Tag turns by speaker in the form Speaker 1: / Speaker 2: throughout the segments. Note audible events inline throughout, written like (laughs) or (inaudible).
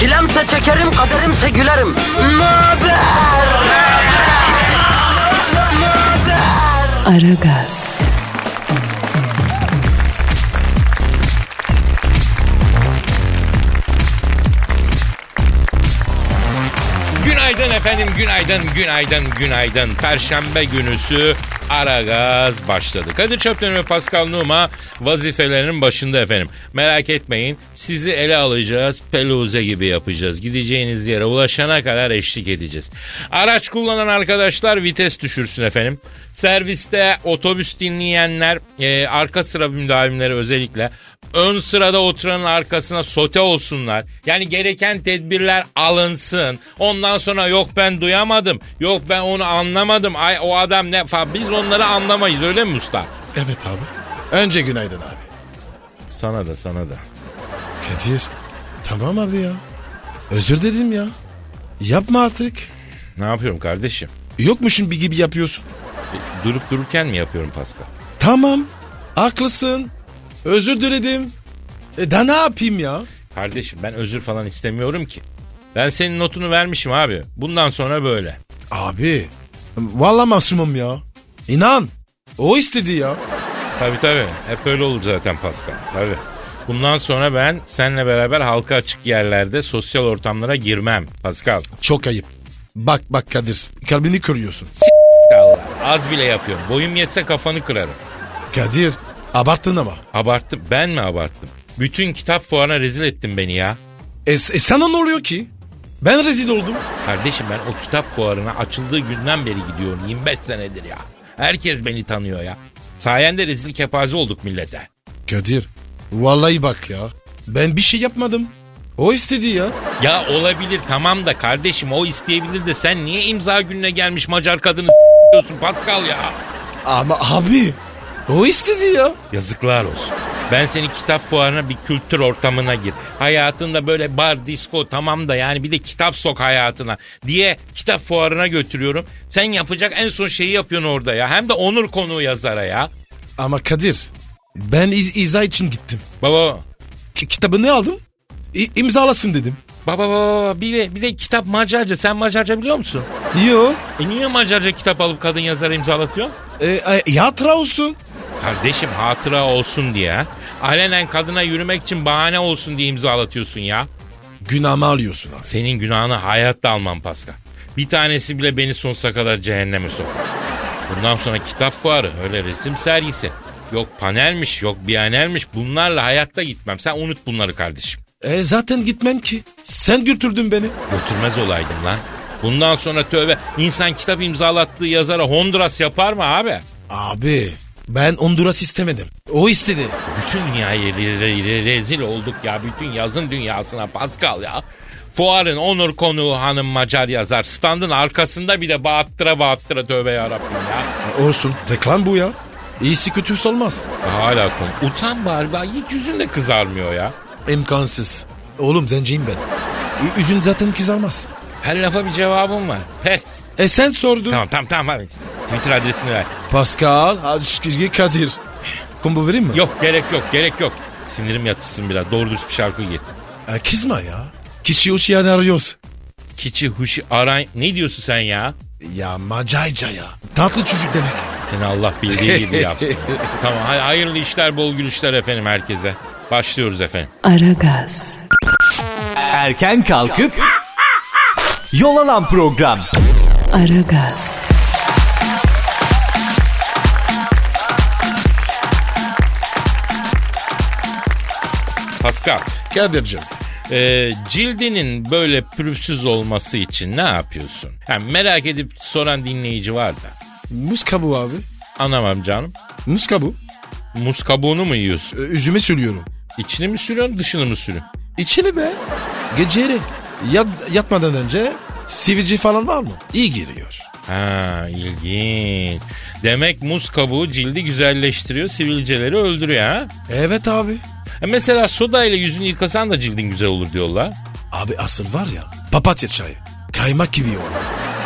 Speaker 1: Çilemse çekerim, kaderimse gülerim. Möber!
Speaker 2: Aragaz,
Speaker 3: Günaydın efendim, günaydın, günaydın, günaydın. Perşembe günüsü Ara Gaz başladı. Kadir Çöpten ve Pascal Numa vazifelerinin başında efendim. Merak etmeyin sizi ele alacağız, peluze gibi yapacağız. Gideceğiniz yere ulaşana kadar eşlik edeceğiz. Araç kullanan arkadaşlar vites düşürsün efendim. Serviste otobüs dinleyenler, e, arka sıra müdavimleri özellikle ön sırada oturanın arkasına sote olsunlar. Yani gereken tedbirler alınsın. Ondan sonra yok ben duyamadım. Yok ben onu anlamadım. Ay o adam ne falan. Biz onları anlamayız öyle mi usta?
Speaker 4: Evet abi. Önce günaydın abi.
Speaker 3: Sana da sana da.
Speaker 4: Kadir. Tamam abi ya. Özür dedim ya. Yapma artık.
Speaker 3: Ne yapıyorum kardeşim?
Speaker 4: Yokmuşun bir gibi yapıyorsun.
Speaker 3: E, Durup dururken mi yapıyorum Pascal?
Speaker 4: Tamam. Haklısın. Özür diledim. E da ne yapayım ya?
Speaker 3: Kardeşim ben özür falan istemiyorum ki. Ben senin notunu vermişim abi. Bundan sonra böyle.
Speaker 4: Abi. Vallahi masumum ya. İnan. O istedi ya.
Speaker 3: Tabii tabii. Hep öyle olur zaten Pascal. Tabii. Bundan sonra ben seninle beraber halka açık yerlerde sosyal ortamlara girmem Pascal.
Speaker 4: Çok ayıp. Bak bak Kadir. Kalbini kırıyorsun.
Speaker 3: Allah. Az bile yapıyorum. Boyum yetse kafanı kırarım.
Speaker 4: Kadir. Abarttın ama.
Speaker 3: Abarttım. Ben mi abarttım? Bütün kitap fuarına rezil ettin beni ya.
Speaker 4: E, e sana ne oluyor ki? Ben rezil oldum.
Speaker 3: Kardeşim ben o kitap fuarına açıldığı günden beri gidiyorum. 25 senedir ya. Herkes beni tanıyor ya. Sayende rezil kepaze olduk millete.
Speaker 4: Kadir. Vallahi bak ya. Ben bir şey yapmadım. O istedi ya.
Speaker 3: Ya olabilir tamam da kardeşim o isteyebilir de sen niye imza gününe gelmiş Macar kadını diyorsun Pascal ya.
Speaker 4: Ama abi. O istedi ya.
Speaker 3: Yazıklar olsun. Ben seni kitap fuarına bir kültür ortamına gir. Hayatında böyle bar, disco tamam da yani bir de kitap sok hayatına diye kitap fuarına götürüyorum. Sen yapacak en son şeyi yapıyorsun orada ya. Hem de onur konuğu yazara ya.
Speaker 4: Ama Kadir. Ben iz- izah için gittim.
Speaker 3: Baba
Speaker 4: Ki- kitabı ne aldım? İ- imzalasın dedim.
Speaker 3: Baba baba bir de, bir de kitap Macarca. Sen Macarca biliyor musun?
Speaker 4: Yo.
Speaker 3: E niye Macarca kitap alıp kadın yazara imzalatıyor?
Speaker 4: E, e, yatra olsun.
Speaker 3: Kardeşim hatıra olsun diye. ha. Alenen kadına yürümek için bahane olsun diye imzalatıyorsun ya.
Speaker 4: Günahımı alıyorsun abi.
Speaker 3: Senin günahını hayatta almam Pascal. Bir tanesi bile beni sonsuza kadar cehenneme sokar. Bundan sonra kitap fuarı, öyle resim sergisi. Yok panelmiş, yok biyanelmiş. Bunlarla hayatta gitmem. Sen unut bunları kardeşim.
Speaker 4: E, zaten gitmem ki. Sen götürdün beni.
Speaker 3: Götürmez olaydım lan. Bundan sonra tövbe insan kitap imzalattığı yazara Honduras yapar mı abi?
Speaker 4: Abi ben Honduras istemedim. O istedi.
Speaker 3: Bütün dünyaya re- re- re- rezil olduk ya. Bütün yazın dünyasına Pascal ya. Fuarın onur konuğu hanım Macar yazar. Standın arkasında bir de bağıttıra bağıttıra tövbe yarabbim ya.
Speaker 4: E, Olsun. Reklam bu ya. İyisi kötüsü olmaz.
Speaker 3: Hala konu. Utan bari daha hiç yüzün de kızarmıyor ya.
Speaker 4: İmkansız. Oğlum zenciyim ben. Ü- Üzün zaten kızarmaz.
Speaker 3: Her lafa bir cevabım var. Pes.
Speaker 4: E sen sordun.
Speaker 3: Tamam tamam tamam. Abi. Twitter adresini ver.
Speaker 4: Pascal Aşkirgi Kadir. Kombo vereyim mi?
Speaker 3: Yok gerek yok gerek yok. Sinirim yatışsın biraz. Doğru dürüst bir şarkı gir.
Speaker 4: E, kızma ya. Kişi uç yani arıyoruz.
Speaker 3: Kiçi huşi aray. Ne diyorsun sen ya?
Speaker 4: Ya macayca ya. Tatlı çocuk demek.
Speaker 3: Seni Allah bildiği gibi yapsın. tamam hay- hayırlı işler bol gülüşler efendim herkese. Başlıyoruz efendim.
Speaker 2: Aragaz,
Speaker 5: Erken kalkıp yol alan program.
Speaker 2: Aragaz,
Speaker 3: Pascal.
Speaker 4: Kadir'cim.
Speaker 3: Ee, cildinin böyle pürüzsüz olması için ne yapıyorsun? Ha, merak edip soran dinleyici var da.
Speaker 4: Muz kabuğu abi.
Speaker 3: Anlamam canım.
Speaker 4: Muz kabuğu.
Speaker 3: Muz kabuğunu mu yiyorsun?
Speaker 4: E, Üzüme sürüyorum.
Speaker 3: İçini mi sürüyorsun dışını mı sürüyorsun?
Speaker 4: İçini be. Geceri. Yat, yatmadan önce Sivici falan var mı? İyi geliyor.
Speaker 3: Ha ilginç. Demek muz kabuğu cildi güzelleştiriyor, sivilceleri öldürüyor ha.
Speaker 4: Evet abi.
Speaker 3: E mesela soda ile yüzünü yıkasan da cildin güzel olur diyorlar.
Speaker 4: Abi asıl var ya papatya çayı. Kaymak gibi o.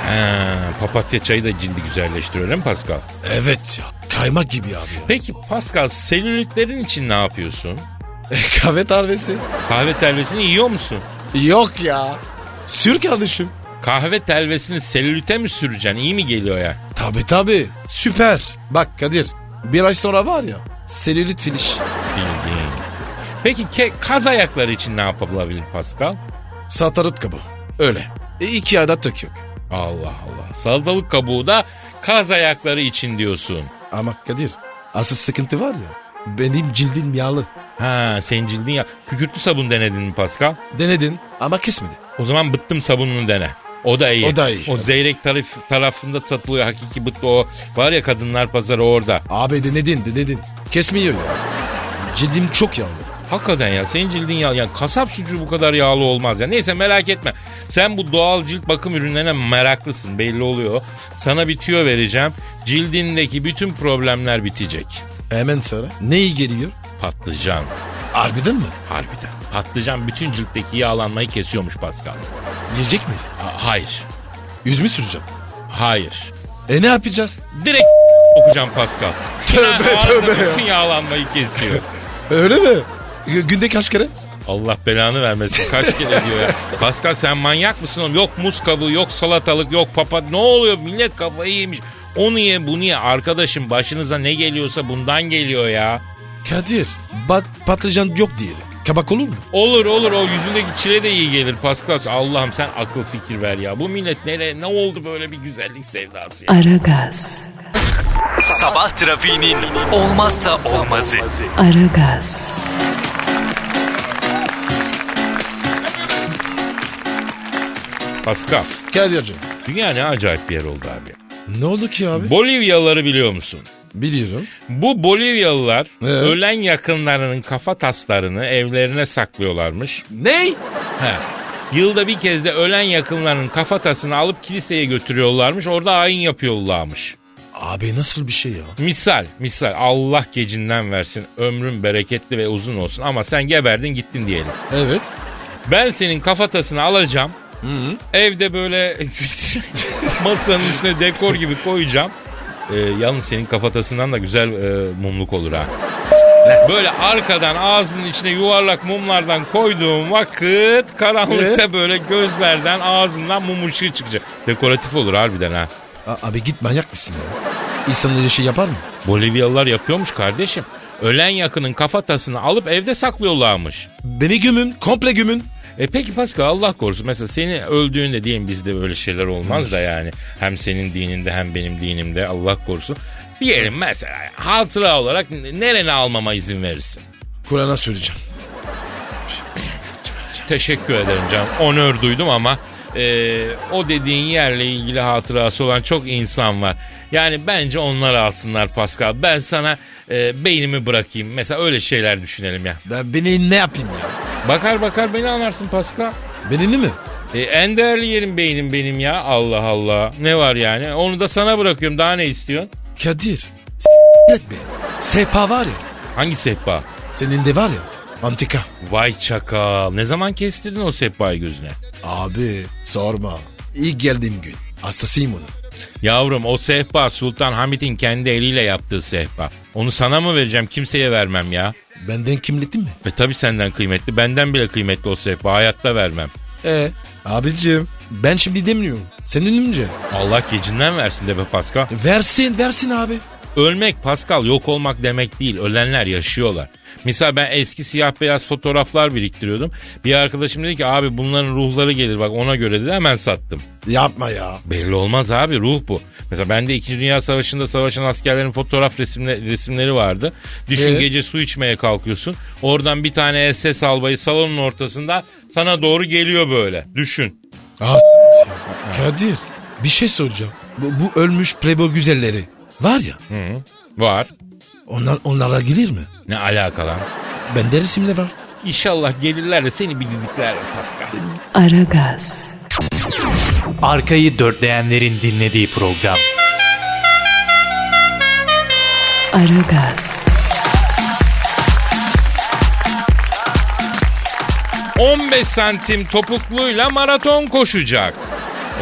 Speaker 3: Ha, papatya çayı da cildi güzelleştiriyor değil mi Pascal?
Speaker 4: Evet ya. Kaymak gibi abi ya.
Speaker 3: Peki Pascal selülitlerin için ne yapıyorsun?
Speaker 4: (laughs) Kahve tarvesi.
Speaker 3: Kahve telvesini yiyor musun?
Speaker 4: Yok ya. Sür kardeşim.
Speaker 3: Kahve telvesini selülite mi süreceksin? İyi mi geliyor ya?
Speaker 4: Tabi tabi. Süper. Bak Kadir. Bir ay sonra var ya. Selülit finish.
Speaker 3: Bildiğin. Peki ke- kaz ayakları için ne yapabilir Pascal?
Speaker 4: Satarıt kabı. Öyle. E, iki ayda tök yok.
Speaker 3: Allah Allah. Salatalık kabuğu da kaz ayakları için diyorsun.
Speaker 4: Ama Kadir. Asıl sıkıntı var ya. Benim cildim yağlı.
Speaker 3: Ha sen cildin ya. Kükürtlü sabun denedin mi Pascal?
Speaker 4: Denedin ama kesmedi.
Speaker 3: O zaman bıttım sabununu dene. O da iyi.
Speaker 4: O da iyi.
Speaker 3: O zeyrek taraf, tarafında satılıyor hakiki bıttı o. Var ya kadınlar pazarı orada.
Speaker 4: Abi denedin denedin. Kesmiyor ya. Cildim çok yağlı.
Speaker 3: Hakikaten ya senin cildin yağlı. Ya kasap sucuğu bu kadar yağlı olmaz ya. Neyse merak etme. Sen bu doğal cilt bakım ürünlerine meraklısın belli oluyor. Sana bir tüyo vereceğim. Cildindeki bütün problemler bitecek.
Speaker 4: Hemen sonra. Neyi geliyor?
Speaker 3: Patlıcan.
Speaker 4: Harbiden mi?
Speaker 3: Harbiden. Patlıcan bütün ciltteki yağlanmayı kesiyormuş Pascal.
Speaker 4: Yiyecek miyiz?
Speaker 3: Ha- hayır.
Speaker 4: Yüz mü süreceğim?
Speaker 3: Hayır.
Speaker 4: E ne yapacağız?
Speaker 3: Direkt (laughs) okuyacağım Pascal.
Speaker 4: Tövbe,
Speaker 3: Ağzındaki
Speaker 4: tövbe ya.
Speaker 3: Bütün yağlanmayı kesiyor.
Speaker 4: Öyle mi? Gü- Günde kaç kere?
Speaker 3: Allah belanı vermesin. Kaç kere diyor ya. Pascal sen manyak mısın oğlum? Yok muz kabuğu, yok salatalık, yok papat. Ne oluyor? Millet kafayı yemiş. Onu ye bunu ye. Arkadaşım başınıza ne geliyorsa bundan geliyor ya.
Speaker 4: Kadir, bat- patlıcan yok diyelim. Kabak olur mu?
Speaker 3: Olur olur o yüzündeki çile de iyi gelir Pascal. Allah'ım sen akıl fikir ver ya. Bu millet nereye ne oldu böyle bir güzellik sevdası ya.
Speaker 2: Aragaz,
Speaker 5: Sabah trafiğinin olmazsa olmazı.
Speaker 2: Aragaz,
Speaker 3: Pascal
Speaker 4: Kadir'cim.
Speaker 3: dünya ne acayip bir yer oldu abi.
Speaker 4: Ne oldu ki abi?
Speaker 3: Bolivyalıları biliyor musun?
Speaker 4: Biliyorum.
Speaker 3: Bu Bolivyalılar
Speaker 4: Ee?
Speaker 3: ölen yakınlarının kafa taslarını evlerine saklıyorlarmış.
Speaker 4: Ney?
Speaker 3: He. Yılda bir kez de ölen yakınlarının kafatasını alıp kiliseye götürüyorlarmış. Orada ayin yapıyorlarmış.
Speaker 4: Abi nasıl bir şey ya?
Speaker 3: Misal, misal Allah gecinden versin. Ömrün bereketli ve uzun olsun ama sen geberdin gittin diyelim.
Speaker 4: Evet.
Speaker 3: Ben senin kafatasını alacağım. Evde böyle (laughs) masanın üstüne dekor gibi koyacağım. Ee, yalnız senin kafatasından da güzel e, mumluk olur ha. Böyle arkadan ağzının içine yuvarlak mumlardan koyduğum vakit karanlıkta böyle gözlerden ağzından mum ışığı çıkacak. Dekoratif olur harbiden ha.
Speaker 4: A- abi git manyak mısın ya? İnsan öyle şey yapar mı?
Speaker 3: Bolivyalılar yapıyormuş kardeşim. Ölen yakının kafatasını alıp evde saklıyorlarmış.
Speaker 4: Beni gömün, komple gömün.
Speaker 3: E peki Pascal Allah korusun mesela seni öldüğünde diyelim bizde böyle şeyler olmaz da yani hem senin dininde hem benim dinimde Allah korusun. Diyelim mesela hatıra olarak n- nereni almama izin verirsin?
Speaker 4: Kur'an'a söyleyeceğim.
Speaker 3: Teşekkür ederim canım onör duydum ama e, o dediğin yerle ilgili hatırası olan çok insan var. Yani bence onlar alsınlar Pascal ben sana e, beynimi bırakayım mesela öyle şeyler düşünelim ya.
Speaker 4: Ben beni ne yapayım ya?
Speaker 3: Bakar bakar beni anlarsın Pascal.
Speaker 4: Benini mi?
Speaker 3: E, en değerli yerim beynim benim ya. Allah Allah. Ne var yani? Onu da sana bırakıyorum. Daha ne istiyorsun?
Speaker 4: Kadir. S- etme. Sehpa var ya.
Speaker 3: Hangi sehpa?
Speaker 4: Senin de var ya. Antika.
Speaker 3: Vay çakal. Ne zaman kestirdin o sehpayı gözüne?
Speaker 4: Abi sorma. İlk geldiğim gün. Hastasıyım onun.
Speaker 3: Yavrum o sehpa Sultan Hamit'in kendi eliyle yaptığı sehpa. Onu sana mı vereceğim? Kimseye vermem ya.
Speaker 4: Benden kimlikli mi?
Speaker 3: Ve tabii senden kıymetli. Benden bile kıymetli o sehpa. Hayatta vermem.
Speaker 4: E abicim ben şimdi demiyorum. Senin önce.
Speaker 3: Allah gecinden versin de be Pascal.
Speaker 4: Versin versin abi.
Speaker 3: Ölmek Pascal yok olmak demek değil. Ölenler yaşıyorlar. Misal ben eski siyah beyaz fotoğraflar biriktiriyordum. Bir arkadaşım dedi ki abi bunların ruhları gelir bak ona göre dedi hemen sattım.
Speaker 4: Yapma ya.
Speaker 3: Belli olmaz abi ruh bu. Mesela bende 2. Dünya Savaşı'nda savaşan askerlerin fotoğraf resimle, resimleri vardı. Düşün
Speaker 4: Ee?
Speaker 3: gece su içmeye kalkıyorsun. Oradan bir tane SS albayı salonun ortasında sana doğru geliyor böyle. Düşün.
Speaker 4: Ah, s- ya. Kadir bir şey soracağım. Bu, bu ölmüş playboy güzelleri var ya
Speaker 3: Var.
Speaker 4: onlar onlara girir mi?
Speaker 3: Ne alakalı?
Speaker 4: Bende resimle var.
Speaker 3: İnşallah gelirler de seni bir didikler Pascal.
Speaker 2: Aragaz,
Speaker 5: Arkayı dörtleyenlerin dinlediği program.
Speaker 2: Aragaz,
Speaker 3: 15 santim topukluyla maraton koşacak.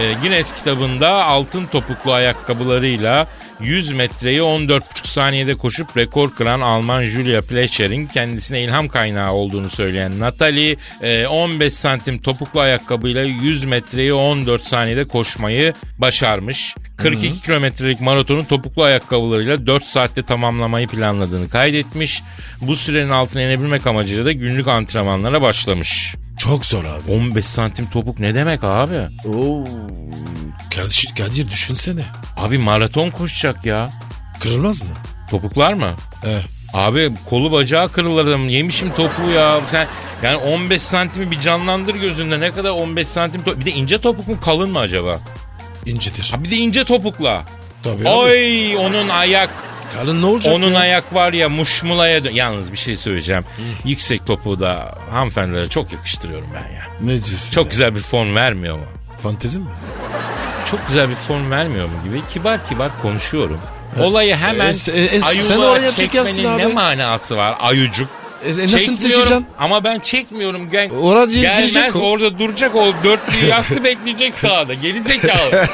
Speaker 3: Ee, Guinness kitabında altın topuklu ayakkabılarıyla 100 metreyi 14,5 saniyede koşup rekor kıran Alman Julia Plescher'in kendisine ilham kaynağı olduğunu söyleyen Natalie e, 15 santim topuklu ayakkabıyla 100 metreyi 14 saniyede koşmayı başarmış. 42 kilometrelik maratonu topuklu ayakkabılarıyla 4 saatte tamamlamayı planladığını kaydetmiş. Bu sürenin altına inebilmek amacıyla da günlük antrenmanlara başlamış.
Speaker 4: Çok zor abi.
Speaker 3: 15 santim topuk ne demek abi?
Speaker 4: Oo. Kadir, Kadir düşünsene.
Speaker 3: Abi maraton koşacak ya.
Speaker 4: Kırılmaz mı?
Speaker 3: Topuklar mı?
Speaker 4: Eh.
Speaker 3: Abi kolu bacağı kırılır adamın. Yemişim topuğu ya. Sen yani 15 santimi bir canlandır gözünde. Ne kadar 15 santim to- Bir de ince topuk mu kalın mı acaba?
Speaker 4: İncedir.
Speaker 3: Ha bir de ince topukla.
Speaker 4: Tabii abi.
Speaker 3: Oy onun ayak
Speaker 4: Kalın ne olacak?
Speaker 3: onun ayak var ya muşmulaya dön- Yalnız bir şey söyleyeceğim. Yüksek topuğu da hanımefendilere çok yakıştırıyorum ben ya.
Speaker 4: Ne diyorsun?
Speaker 3: Çok güzel bir fon vermiyor mu?
Speaker 4: Fantezi mi?
Speaker 3: çok güzel bir form vermiyor mu gibi kibar kibar konuşuyorum. Olayı hemen
Speaker 4: E, e, e, sen
Speaker 3: ayılığa
Speaker 4: oraya
Speaker 3: çekmenin
Speaker 4: çekersin
Speaker 3: ne
Speaker 4: abi.
Speaker 3: manası var ayucuk?
Speaker 4: E, e, nasıl
Speaker 3: Çekmiyorum
Speaker 4: çekeceksin?
Speaker 3: Ama ben çekmiyorum. Gen
Speaker 4: Orada gir-
Speaker 3: Gelmez
Speaker 4: girecek o.
Speaker 3: orada duracak o dörtlüyü
Speaker 4: (laughs)
Speaker 3: yaktı bekleyecek sağda. Geri zekalı.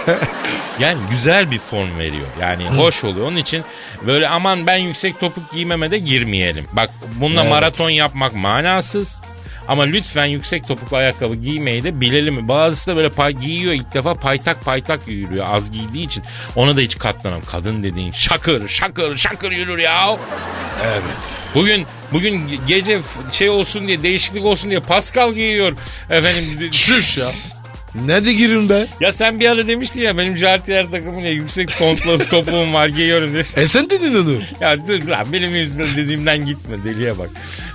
Speaker 3: yani güzel bir form veriyor. Yani hoş oluyor. Onun için böyle aman ben yüksek topuk giymeme de girmeyelim. Bak bununla
Speaker 4: Evet.
Speaker 3: maraton yapmak manasız. Ama lütfen yüksek topuklu ayakkabı giymeyi de bilelim. Bazısı da böyle pay, giyiyor ilk defa paytak paytak yürüyor az giydiği için. Ona da hiç katlanam. Kadın dediğin şakır şakır şakır yürür ya.
Speaker 4: Evet.
Speaker 3: Bugün bugün gece f- şey olsun diye değişiklik olsun diye Pascal giyiyor
Speaker 4: (laughs)
Speaker 3: efendim. Şuş ya.
Speaker 4: Ne de giriyorum be?
Speaker 3: Ya sen bir ara demiştin ya benim jartiyer takımı ne yüksek (laughs) kontlu topuğum var giyiyorum diye.
Speaker 4: E sen dedin onu.
Speaker 3: Ya dur lan benim yüzümden dediğimden gitme deliye bak.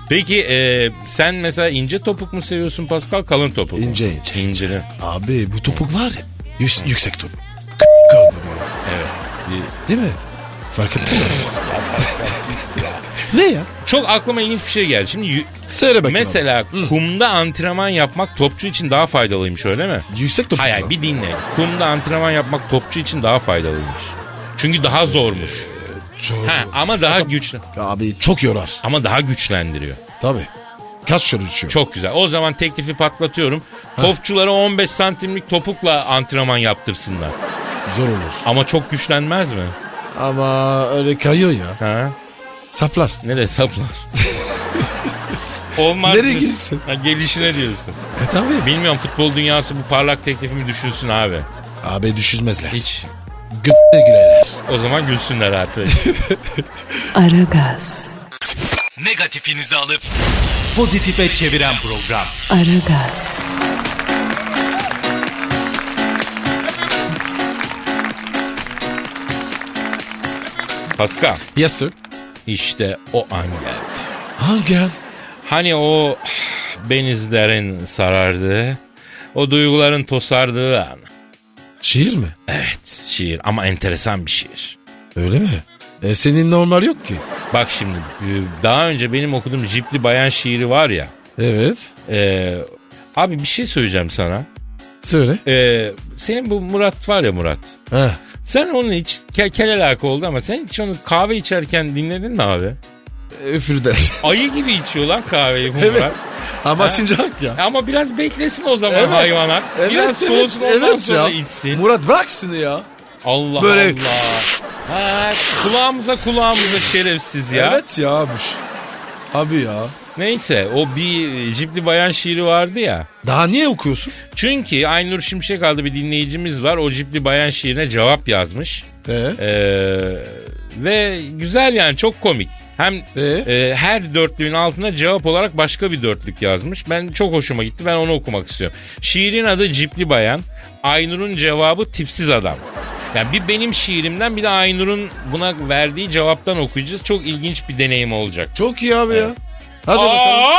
Speaker 3: Peki e, sen mesela ince topuk mu seviyorsun Pascal kalın topuk mu?
Speaker 4: İnce, ince,
Speaker 3: İnce. Evet.
Speaker 4: Abi bu topuk var ya. yüks- yüksek topuk. K- Kaldırıyor.
Speaker 3: E,
Speaker 4: Değil mi? Fark ettin mi? ne ya?
Speaker 3: Çok aklıma ilginç bir şey geldi. Şimdi yü-
Speaker 4: Söyle bakayım.
Speaker 3: mesela kumda antrenman yapmak topçu için daha faydalıymış öyle mi?
Speaker 4: abi. Yüksek topuk.
Speaker 3: Hayır
Speaker 4: mu?
Speaker 3: hayır, bir dinle. Kumda antrenman yapmak topçu için daha faydalıymış. Çünkü daha zormuş.
Speaker 4: Çok-
Speaker 3: Ha, ama daha güçlü.
Speaker 4: Abi çok yorar.
Speaker 3: Ama daha güçlendiriyor.
Speaker 4: Tabii. Kaç şöyle düşüyor?
Speaker 3: Çok güzel. O zaman teklifi patlatıyorum. Topçulara 15 santimlik topukla antrenman yaptırsınlar.
Speaker 4: Zor olur.
Speaker 3: Ama çok güçlenmez mi?
Speaker 4: Ama öyle kayıyor ya.
Speaker 3: Ha?
Speaker 4: Saplar.
Speaker 3: Nereye saplar? Olmaz.
Speaker 4: Nereye
Speaker 3: diyorsun.
Speaker 4: girsin?
Speaker 3: Ha, gelişine diyorsun.
Speaker 4: E tabii.
Speaker 3: Bilmiyorum futbol dünyası bu parlak teklifimi düşünsün abi.
Speaker 4: Abi düşürmezler.
Speaker 3: Hiç.
Speaker 4: Götte girerler.
Speaker 3: O zaman gülsünler artık.
Speaker 2: Aragaz,
Speaker 5: Negatifinizi alıp pozitife çeviren program.
Speaker 2: Aragaz,
Speaker 3: Pascal.
Speaker 4: Yes sir.
Speaker 3: İşte o an geldi.
Speaker 4: Hangi an?
Speaker 3: Hani o benizlerin sarardığı, o duyguların tosardığı an.
Speaker 4: Şiir mi?
Speaker 3: Evet şiir ama enteresan bir şiir.
Speaker 4: Öyle mi? E senin normal yok ki.
Speaker 3: Bak şimdi e, daha önce benim okuduğum Cipli Bayan şiiri var ya.
Speaker 4: Evet.
Speaker 3: e, abi bir şey söyleyeceğim sana.
Speaker 4: Söyle.
Speaker 3: E, senin bu Murat var ya Murat.
Speaker 4: Ha.
Speaker 3: Sen onun hiç ke- kelelaka oldu ama sen hiç onu kahve içerken dinledin mi abi?
Speaker 4: Üfürden.
Speaker 3: Ayı gibi içiyor lan kahveyi bu
Speaker 4: Evet.
Speaker 3: Murat.
Speaker 4: Ama sincap ya.
Speaker 3: Ama biraz beklesin o zaman
Speaker 4: Evet.
Speaker 3: hayvanat. biraz soğusun ondan
Speaker 4: evet
Speaker 3: sonra
Speaker 4: ya.
Speaker 3: içsin.
Speaker 4: Murat bıraksın ya.
Speaker 3: Allah
Speaker 4: Böyle-
Speaker 3: Allah. Ha, kulağımıza kulağımıza şerefsiz ya.
Speaker 4: Evet ya abi. Abi ya.
Speaker 3: Neyse o bir cipli bayan şiiri vardı ya.
Speaker 4: Daha niye okuyorsun?
Speaker 3: Çünkü Aynur Şimşek adlı bir dinleyicimiz var. O cipli bayan şiirine cevap yazmış.
Speaker 4: Ee?
Speaker 3: Ee, ve güzel yani çok komik. Hem
Speaker 4: Ee?
Speaker 3: e, her dörtlüğün altına cevap olarak başka bir dörtlük yazmış. Ben çok hoşuma gitti. Ben onu okumak istiyorum. Şiirin adı Cipli Bayan. Aynur'un cevabı tipsiz adam. Yani bir benim şiirimden bir de Aynur'un buna verdiği cevaptan okuyacağız. Çok ilginç bir deneyim olacak.
Speaker 4: Çok iyi abi ya. Hadi bakalım.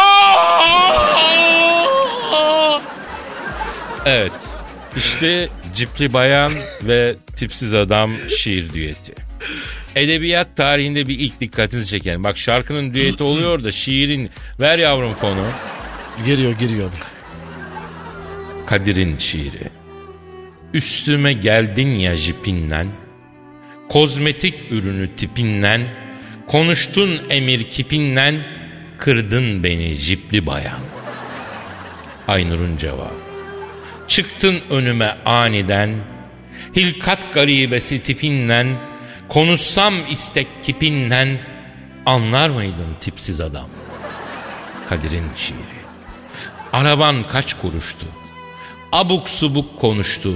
Speaker 3: Aa! Evet. İşte Cipli Bayan ve Tipsiz Adam şiir düeti. Edebiyat tarihinde bir ilk dikkatinizi çeken. Bak şarkının düeti oluyor da şiirin ver yavrum fonu.
Speaker 4: Geliyor geliyor abi.
Speaker 3: Kadir'in şiiri. Üstüme geldin ya jipinlen. Kozmetik ürünü tipinlen. Konuştun emir kipinlen. Kırdın beni jipli bayan. Aynur'un cevabı. Çıktın önüme aniden. Hilkat garibesi tipinlen. Konuşsam istek kipinlen. Anlar mıydın tipsiz adam? Kadir'in şiiri. Araban kaç kuruştu? Abuk subuk konuştu.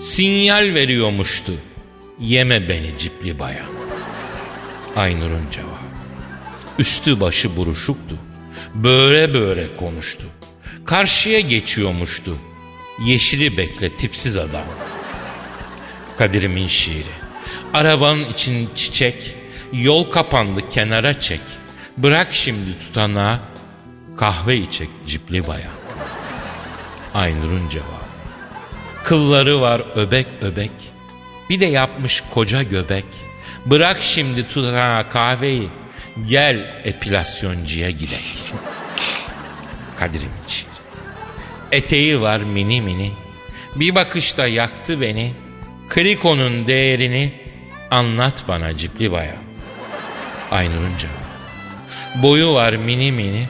Speaker 3: Sinyal veriyormuştu. Yeme beni cipli bayan. Aynur'un cevabı. Üstü başı buruşuktu. Böyle böyle konuştu. Karşıya geçiyormuştu. Yeşili bekle tipsiz adam. Kadir'imin şiiri. Arabanın için çiçek, yol kapandı kenara çek. Bırak şimdi tutanağı, kahve içek cipli bayan. Aynur'un cevabı. Kılları var öbek öbek. Bir de yapmış koca göbek. Bırak şimdi tutana kahveyi. Gel epilasyoncuya gidek. Kadir'im için. Eteği var mini mini. Bir bakışta yaktı beni. Krikonun değerini anlat bana cipli bayan. Aynur'un cevabı. Boyu var mini mini.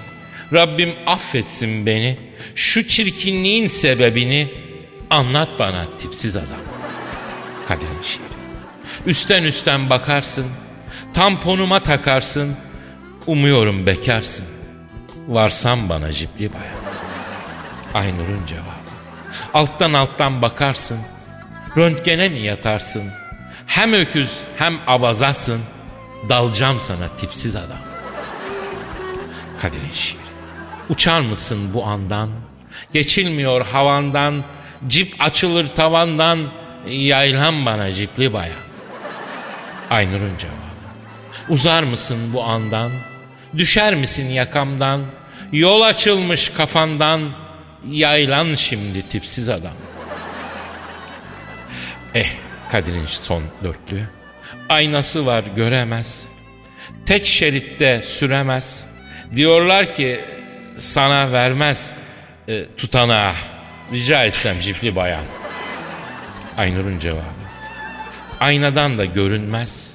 Speaker 3: Rabbim affetsin beni. Şu çirkinliğin sebebini anlat bana tipsiz adam. Kadir'in şiiri. Üstten üstten bakarsın. Tamponuma takarsın. Umuyorum bekarsın. Varsan bana cipli bayan. Aynur'un cevabı. Alttan alttan bakarsın. Röntgene mi yatarsın? Hem öküz hem avazasın. Dalcam sana tipsiz adam. Kadir'in şiiri. Uçar mısın bu andan? Geçilmiyor havandan, cip açılır tavandan, yaylan bana cipli bayan. Aynur'un cevabı. Uzar mısın bu andan? Düşer misin yakamdan? Yol açılmış kafandan, yaylan şimdi tipsiz adam. Eh Kadir'in son dörtlü. Aynası var göremez. Tek şeritte süremez. Diyorlar ki sana vermez e, tutanağı. Rica etsem cipli bayan. Aynur'un cevabı. Aynadan da görünmez.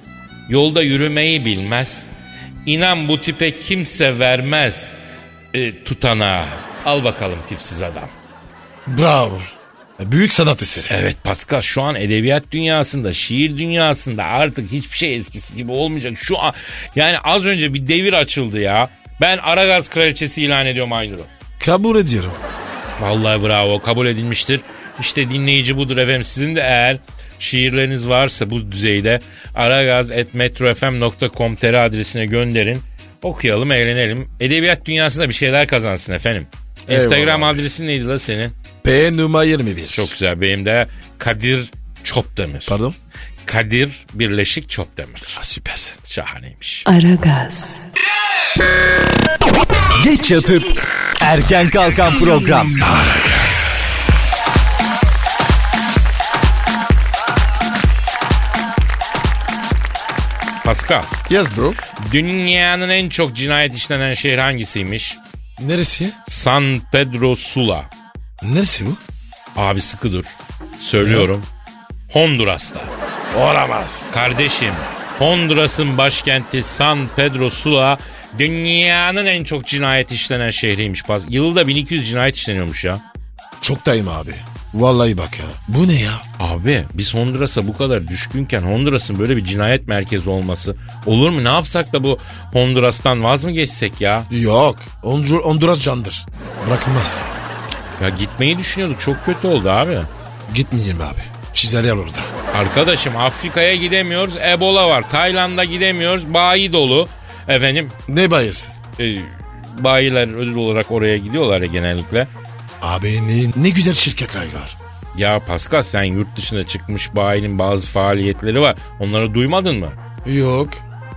Speaker 3: Yolda yürümeyi bilmez. İnan bu tipe kimse vermez e, tutanağı. Al bakalım tipsiz adam.
Speaker 4: Bravo. Büyük sanat eseri.
Speaker 3: Evet Pascal şu an edebiyat dünyasında, şiir dünyasında artık hiçbir şey eskisi gibi olmayacak. Şu an yani az önce bir devir açıldı ya. Ben Aragaz kraliçesi ilan ediyorum Aynur'u.
Speaker 4: Kabul ediyorum.
Speaker 3: Vallahi bravo kabul edilmiştir. İşte dinleyici budur efendim. Sizin de eğer şiirleriniz varsa bu düzeyde aragaz.metrofm.com.tr adresine gönderin. Okuyalım, eğlenelim. Edebiyat dünyasında bir şeyler kazansın efendim.
Speaker 4: Eyvallah.
Speaker 3: Instagram adresin neydi la senin?
Speaker 4: P numara 21.
Speaker 3: Çok güzel. Benim de Kadir Çopdemir.
Speaker 4: Pardon?
Speaker 3: Kadir Birleşik Çopdemir.
Speaker 4: Ha, süpersin.
Speaker 3: Şahaneymiş.
Speaker 2: Aragaz,
Speaker 5: Geç yatıp erken kalkan program.
Speaker 3: Pascal,
Speaker 4: Yes bro.
Speaker 3: dünyanın en çok cinayet işlenen şehir hangisiymiş?
Speaker 4: Neresi?
Speaker 3: San Pedro Sula.
Speaker 4: Neresi bu?
Speaker 3: Abi sıkı dur. Söylüyorum. Honduras'ta.
Speaker 4: Olamaz.
Speaker 3: Kardeşim, Honduras'ın başkenti San Pedro Sula dünyanın en çok cinayet işlenen şehriymiş. Pas- Yılda 1200 cinayet işleniyormuş ya.
Speaker 4: Çoktayım abi. Vallahi bak ya. Bu ne ya?
Speaker 3: Abi biz Honduras'a bu kadar düşkünken Honduras'ın böyle bir cinayet merkezi olması olur mu? Ne yapsak da bu Honduras'tan vaz mı geçsek ya?
Speaker 4: Yok. Hondur Honduras candır. Bırakılmaz.
Speaker 3: Ya gitmeyi düşünüyorduk çok kötü oldu abi.
Speaker 4: Gitmeyeyim abi. Çizeler orada.
Speaker 3: Arkadaşım Afrika'ya gidemiyoruz Ebola var. Tayland'a gidemiyoruz bayi dolu. Efendim
Speaker 4: Ne bayız?
Speaker 3: e, bayiler ödül olarak oraya gidiyorlar ya genellikle.
Speaker 4: Abi ne, ne güzel şirketler var.
Speaker 3: Ya Pascal sen yurt dışına çıkmış bayinin bazı faaliyetleri var. Onları duymadın mı?
Speaker 4: Yok.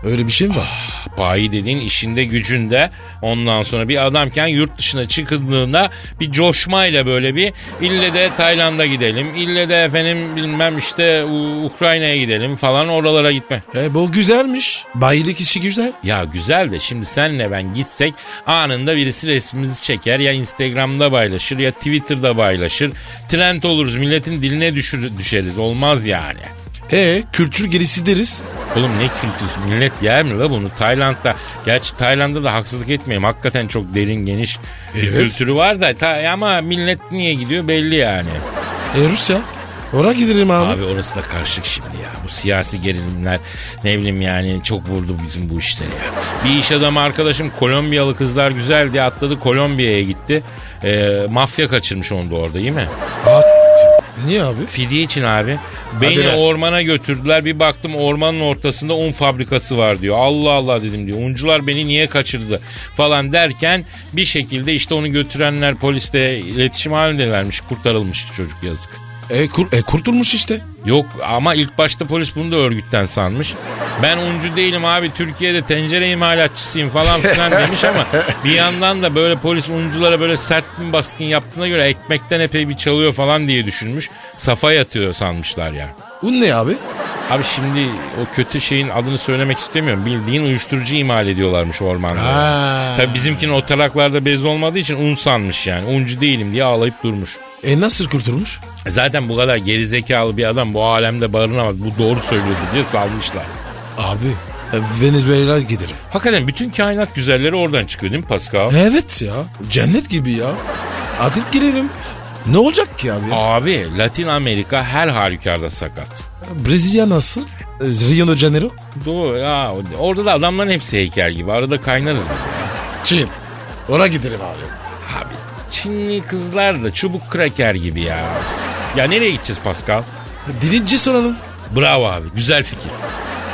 Speaker 4: Öyle bir şey mi var?
Speaker 3: Bayi dediğin işinde gücünde Ondan sonra bir adamken yurt dışına çıkıldığında bir coşmayla böyle bir ille de Tayland'a gidelim. ille de efendim bilmem işte U- Ukrayna'ya gidelim falan oralara gitme.
Speaker 4: E bu güzelmiş. Bayilik işi güzel.
Speaker 3: Ya güzel de şimdi senle ben gitsek anında birisi resmimizi çeker ya Instagram'da paylaşır ya Twitter'da paylaşır. Trend oluruz milletin diline düşür, düşeriz olmaz yani.
Speaker 4: E kültür gerisi deriz.
Speaker 3: Oğlum ne kültür millet yer mi la bunu Tayland'da gerçi Tayland'da da haksızlık etmeyeyim hakikaten çok derin geniş bir
Speaker 4: Evet.
Speaker 3: kültürü var da ta- ama millet niye gidiyor belli yani.
Speaker 4: E Rusya. Oraya gidelim abi.
Speaker 3: Abi orası da karışık şimdi ya. Bu siyasi gerilimler ne bileyim yani çok vurdu bizim bu işleri ya. Bir iş adamı arkadaşım Kolombiyalı kızlar güzel diye atladı Kolombiya'ya gitti. Ee, mafya kaçırmış onu da orada değil mi?
Speaker 4: At. Niye abi?
Speaker 3: Fidye için abi.
Speaker 4: Hadi
Speaker 3: Beni
Speaker 4: be.
Speaker 3: ormana götürdüler bir baktım ormanın ortasında un fabrikası var diyor. Allah Allah dedim diyor. Uncular beni niye kaçırdı falan derken bir şekilde işte onu götürenler poliste iletişim halindelermiş. Kurtarılmış çocuk yazık.
Speaker 4: E, kur, e kurtulmuş işte.
Speaker 3: Yok ama ilk başta polis bunu da örgütten sanmış. Ben uncu değilim abi Türkiye'de tencere imalatçısıyım falan filan demiş ama bir yandan da böyle polis unculara böyle sert bir baskın yaptığına göre ekmekten epey bir çalıyor falan diye düşünmüş. Safa yatıyor sanmışlar ya.
Speaker 4: Un ne abi?
Speaker 3: Abi şimdi o kötü şeyin adını söylemek istemiyorum. Bildiğin uyuşturucu imal ediyorlarmış ormanda.
Speaker 4: Ha.
Speaker 3: Tabii bizimkinin o taraklarda bez olmadığı için un sanmış yani. Uncu değilim diye ağlayıp durmuş.
Speaker 4: E nasıl kurtulmuş?
Speaker 3: E Zaten bu kadar gerizekalı bir adam bu alemde barınamaz. Bu doğru söylüyordu diye salmışlar.
Speaker 4: Abi e, Venezuela'ya giderim.
Speaker 3: Hakikaten bütün kainat güzelleri oradan çıkıyor değil mi Pascal?
Speaker 4: Evet ya. Cennet gibi ya. Adet girelim. Ne olacak ki abi?
Speaker 3: Abi Latin Amerika her halükarda sakat.
Speaker 4: Brezilya nasıl? E, Rio de Janeiro?
Speaker 3: Doğru ya. Orada da adamların hepsi heykel gibi. Arada kaynarız biz.
Speaker 4: Çin. Oraya gidelim abi.
Speaker 3: Abi Çinli kızlar da çubuk kraker gibi ya. Ya nereye gideceğiz Pascal?
Speaker 4: Dilinci soralım.
Speaker 3: Bravo abi güzel fikir.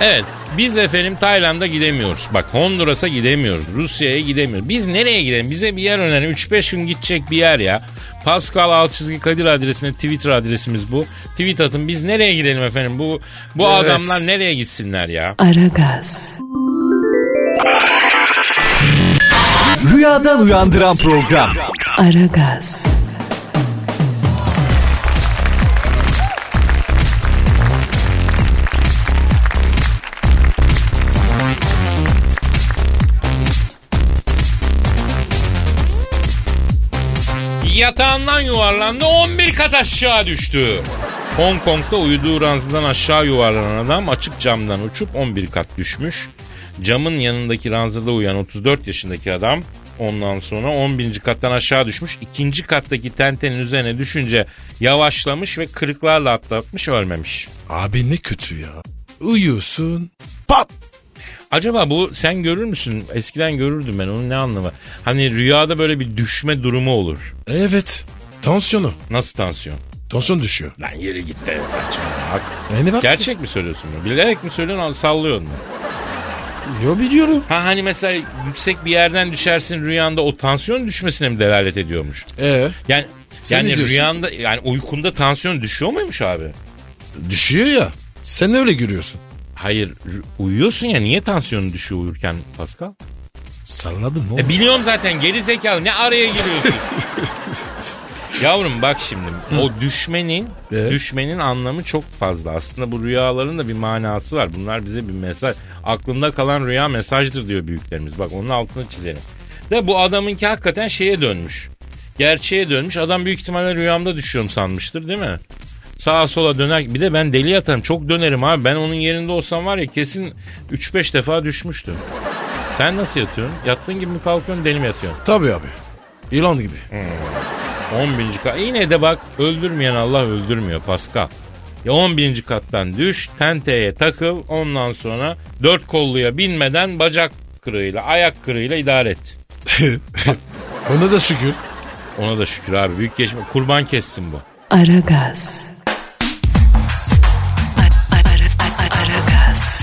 Speaker 3: Evet biz efendim Tayland'a gidemiyoruz. Bak Honduras'a gidemiyoruz. Rusya'ya gidemiyoruz. Biz nereye gidelim? Bize bir yer önerin. 3-5 gün gidecek bir yer ya. Pascal alt çizgi Kadir adresine Twitter adresimiz bu. Tweet atın. Biz nereye gidelim efendim? Bu bu
Speaker 4: Evet.
Speaker 3: adamlar nereye gitsinler ya?
Speaker 2: Aragaz,
Speaker 5: Rüyadan uyandıran program.
Speaker 2: Aragaz,
Speaker 3: Yatağından yuvarlandı 11 kat aşağı düştü. Hong Kong'da uyuduğu ranzadan aşağı yuvarlanan adam açık camdan uçup 11 kat düşmüş. Camın yanındaki ranzada uyuyan 34 yaşındaki adam ondan sonra 11. kattan aşağı düşmüş. İkinci kattaki tentenin üzerine düşünce yavaşlamış ve kırıklarla atlatmış ölmemiş.
Speaker 4: Abi ne kötü ya. Uyuyorsun. Pat.
Speaker 3: Acaba bu sen görür müsün? Eskiden görürdüm ben onun ne anlamı? Hani rüyada böyle bir düşme durumu olur.
Speaker 4: Evet. Tansiyonu.
Speaker 3: Nasıl tansiyon?
Speaker 4: Tansiyon düşüyor.
Speaker 3: Lan yürü git de saçma. Hak-
Speaker 4: E ne var?
Speaker 3: Gerçek mi söylüyorsun bunu? Bilerek mi söylüyorsun sallıyorsun mu?
Speaker 4: Yo biliyorum.
Speaker 3: Ha hani mesela yüksek bir yerden düşersin rüyanda o tansiyon düşmesine mi delalet ediyormuş?
Speaker 4: E
Speaker 3: Yani
Speaker 4: Sen ne
Speaker 3: yani
Speaker 4: diyorsun?
Speaker 3: rüyanda yani uykunda tansiyon düşüyor muymuş abi?
Speaker 4: düşüyor ya. Sen öyle görüyorsun.
Speaker 3: Hayır rü- uyuyorsun ya niye tansiyonun düşüyor uyurken Pascal?
Speaker 4: Salladım
Speaker 3: E, biliyorum zaten geri zekalı ne araya giriyorsun? Yavrum bak şimdi o düşmenin
Speaker 4: Evet.
Speaker 3: düşmenin anlamı çok fazla. Aslında bu rüyaların da bir manası var. Bunlar bize bir mesaj. Aklında kalan rüya mesajdır diyor büyüklerimiz. Bak onun altını çizelim. De bu adamınki hakikaten şeye dönmüş. Gerçeğe dönmüş. Adam büyük ihtimalle rüyamda düşüyorum sanmıştır değil mi? Sağa sola döner. Bir de ben deli yatarım. Çok dönerim abi. Ben onun yerinde olsam var ya kesin 3-5 defa düşmüştüm. Sen nasıl yatıyorsun? Yattığın gibi mi kalkıyorsun deli mi yatıyorsun?
Speaker 4: Tabii abi. Yılan gibi.
Speaker 3: 10 bininci kat. Yine de bak öldürmeyen Allah öldürmüyor Pascal. Ya 10 bininci kattan düş, tenteye takıl, ondan sonra dört kolluya binmeden bacak kırığıyla, ayak kırığıyla idare et. E.
Speaker 4: (laughs) Ona da şükür.
Speaker 3: Ona da şükür abi. Büyük geçme. Kurban kessin bu.
Speaker 2: Aragaz. Ar- ar- ar- ar- Aragaz.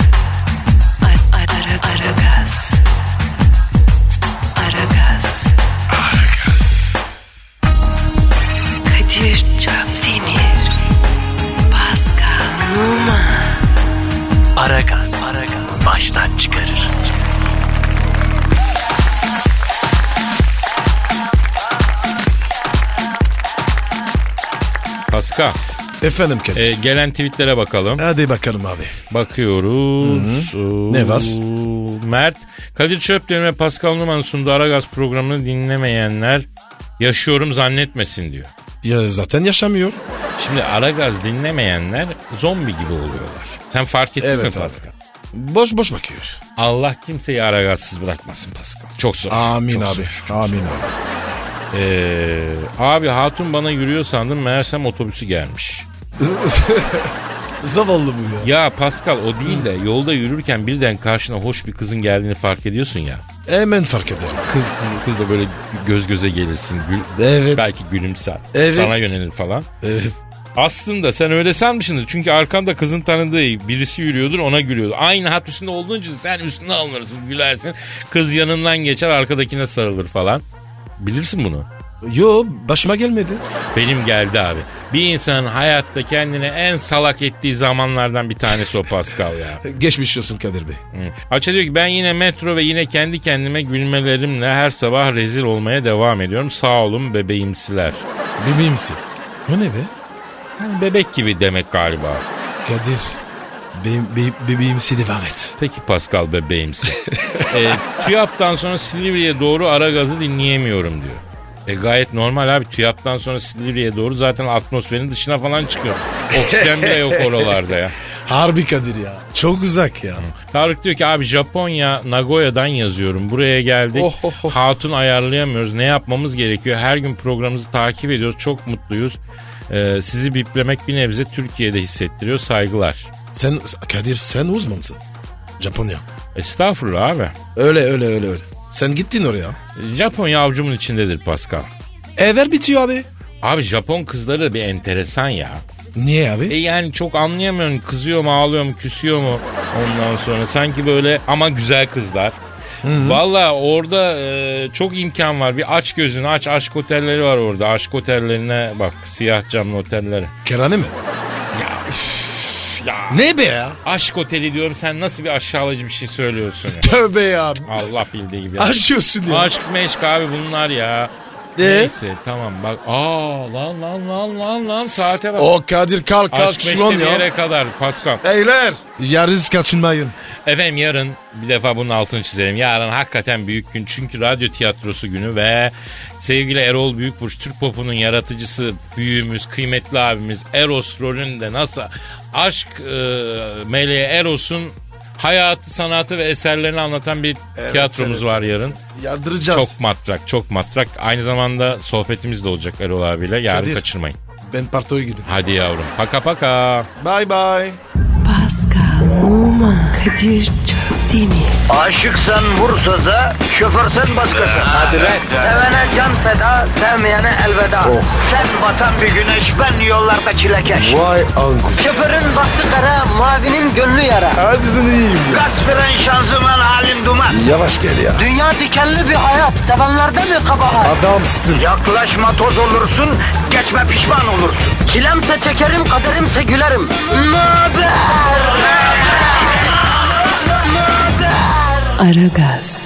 Speaker 2: Ar- ar- ar- Aragaz. Aragaz. Kadir Çöptemir. Pascal Numa.
Speaker 6: Aragaz. Baştan çıkarır.
Speaker 3: Paska.
Speaker 4: Efendim Kadir.
Speaker 3: e, gelen tweetlere bakalım.
Speaker 4: Hadi bakalım abi.
Speaker 3: Bakıyoruz. Oo,
Speaker 4: Ne var?
Speaker 3: Mert. Kadir Çöpdemir ve Pascal Numan sunduğu Aragaz programını dinlemeyenler yaşıyorum zannetmesin diyor.
Speaker 4: Ya zaten yaşamıyor.
Speaker 3: Şimdi Aragaz dinlemeyenler zombi gibi oluyorlar. Sen fark ettin mi
Speaker 4: Evet abi.
Speaker 3: Pascal?
Speaker 4: Boş boş bakıyor.
Speaker 3: Allah kimseyi Aragaz'sız bırakmasın Pascal. Çok zor.
Speaker 4: Amin
Speaker 3: Çok
Speaker 4: abi.
Speaker 3: zor.
Speaker 4: Amin
Speaker 3: (laughs)
Speaker 4: abi.
Speaker 3: Ee, abi hatun bana yürüyor sandım meğersem otobüsü gelmiş.
Speaker 4: Zavallı bu ya.
Speaker 3: Ya Pascal o değil de yolda yürürken birden karşına hoş bir kızın geldiğini fark ediyorsun ya.
Speaker 4: Hemen fark ederim.
Speaker 3: Kız kız, kız da böyle göz göze gelirsin. Gül,
Speaker 4: Evet.
Speaker 3: Belki gülümser.
Speaker 4: Evet.
Speaker 3: Sana yönelir falan.
Speaker 4: Evet.
Speaker 3: Aslında sen öyle sanmışsındır. Çünkü arkanda kızın tanıdığı birisi yürüyordur ona gülüyordur. Aynı hat üstünde olduğun için sen üstüne alınırsın gülersin. Kız yanından geçer arkadakine sarılır falan. Bilirsin bunu.
Speaker 4: Yo başıma gelmedi.
Speaker 3: Benim geldi abi. Bir insanın hayatta kendine en salak ettiği zamanlardan bir tanesi o Pascal ya.
Speaker 4: Geçmiş olsun Kadir Bey.
Speaker 3: Hı. Açı diyor ki ben yine metro ve yine kendi kendime gülmelerimle her sabah rezil olmaya devam ediyorum. Sağ olun bebeğimsiler.
Speaker 4: Bebeğimsin. O ne be?
Speaker 3: Yani bebek gibi demek galiba.
Speaker 4: Kadir. Be- be- bebeğimsi devam et.
Speaker 3: Peki Pascal bebeğimsi. e, TÜYAP'tan sonra Silivri'ye doğru ara gazı dinleyemiyorum diyor. E gayet normal abi TÜYAP'tan sonra Silivri'ye doğru zaten atmosferin dışına falan çıkıyor. Oksijen bile yok oralarda ya.
Speaker 4: Harbi Kadir ya. Çok uzak ya.
Speaker 3: Tarık diyor ki abi Japonya Nagoya'dan yazıyorum. Buraya geldik.
Speaker 4: Oh, oh, oh.
Speaker 3: Hatun ayarlayamıyoruz. Ne yapmamız gerekiyor? Her gün programımızı takip ediyoruz. Çok mutluyuz. Ee, sizi biplemek bir nebze Türkiye'de hissettiriyor. Saygılar.
Speaker 4: Sen Kadir sen uzmansın. Japonya.
Speaker 3: Estağfurullah abi.
Speaker 4: Öyle öyle öyle öyle. Sen gittin oraya.
Speaker 3: Japonya avcumun içindedir Pascal.
Speaker 4: Evler bitiyor abi.
Speaker 3: Abi Japon kızları da bir enteresan ya.
Speaker 4: Niye abi?
Speaker 3: E yani çok anlayamıyorum kızıyor mu ağlıyor mu küsüyor mu ondan sonra sanki böyle ama güzel kızlar. Valla orada e, çok imkan var. Bir aç gözünü aç aşk otelleri var orada. Aşk otellerine bak siyah camlı otellere.
Speaker 4: Kerane mi?
Speaker 3: Ya, üf, ya.
Speaker 4: Ne be ya?
Speaker 3: Aşk oteli diyorum sen nasıl bir aşağılayıcı bir şey söylüyorsun ya.
Speaker 4: Tövbe ya.
Speaker 3: Allah bildiği gibi. ya.
Speaker 4: Aşıyorsun ya.
Speaker 3: Aşk meşk abi bunlar ya.
Speaker 4: Ne?
Speaker 3: Neyse tamam bak. Aa lan lan lan lan lan saate bak.
Speaker 4: O Kadir kalk kalk
Speaker 3: Aşk
Speaker 4: şu an
Speaker 3: meşte bir yere
Speaker 4: ya.
Speaker 3: kadar Pascal.
Speaker 4: Beyler. Yarız kaçınmayın.
Speaker 3: Efendim yarın bir defa bunun altını çizelim. Yarın hakikaten büyük gün çünkü radyo tiyatrosu günü ve sevgili Erol Büyükburç Türk popunun yaratıcısı, büyüğümüz, kıymetli abimiz Eros rolünde nasıl aşk e, meleği Eros'un hayatı, sanatı ve eserlerini anlatan bir tiyatromuz
Speaker 4: evet,
Speaker 3: var
Speaker 4: evet.
Speaker 3: yarın.
Speaker 4: Yardıracağız.
Speaker 3: Çok matrak, çok matrak. Aynı zamanda sohbetimiz de olacak Erol abiyle. Yarın
Speaker 4: Kadir.
Speaker 3: kaçırmayın.
Speaker 4: Ben partoya gidiyorum.
Speaker 3: Hadi yavrum. Paka paka.
Speaker 4: Bye bye.
Speaker 2: Pascal, Oman, Kadir çok değil mi?
Speaker 1: Aşıksan vursa da, şoförsen başkasın. Hadi Sevene can feda, sevmeyene elveda. Sen batan bir güneş, ben yollarda çilekeş.
Speaker 4: Vay anku.
Speaker 1: Şoförün baktı kara, mavinin gönlü yara.
Speaker 4: Hadi sen iyiyim ya.
Speaker 1: Kasperen şanzıman halin duman.
Speaker 4: Yavaş gel ya.
Speaker 1: Dünya dikenli bir hayat, sevenlerde mi kabahar?
Speaker 4: Adamsın.
Speaker 1: Yaklaşma toz olursun, geçme pişman olursun. Çilemse çekerim, kaderimse gülerim. Möber!
Speaker 2: Aragaz.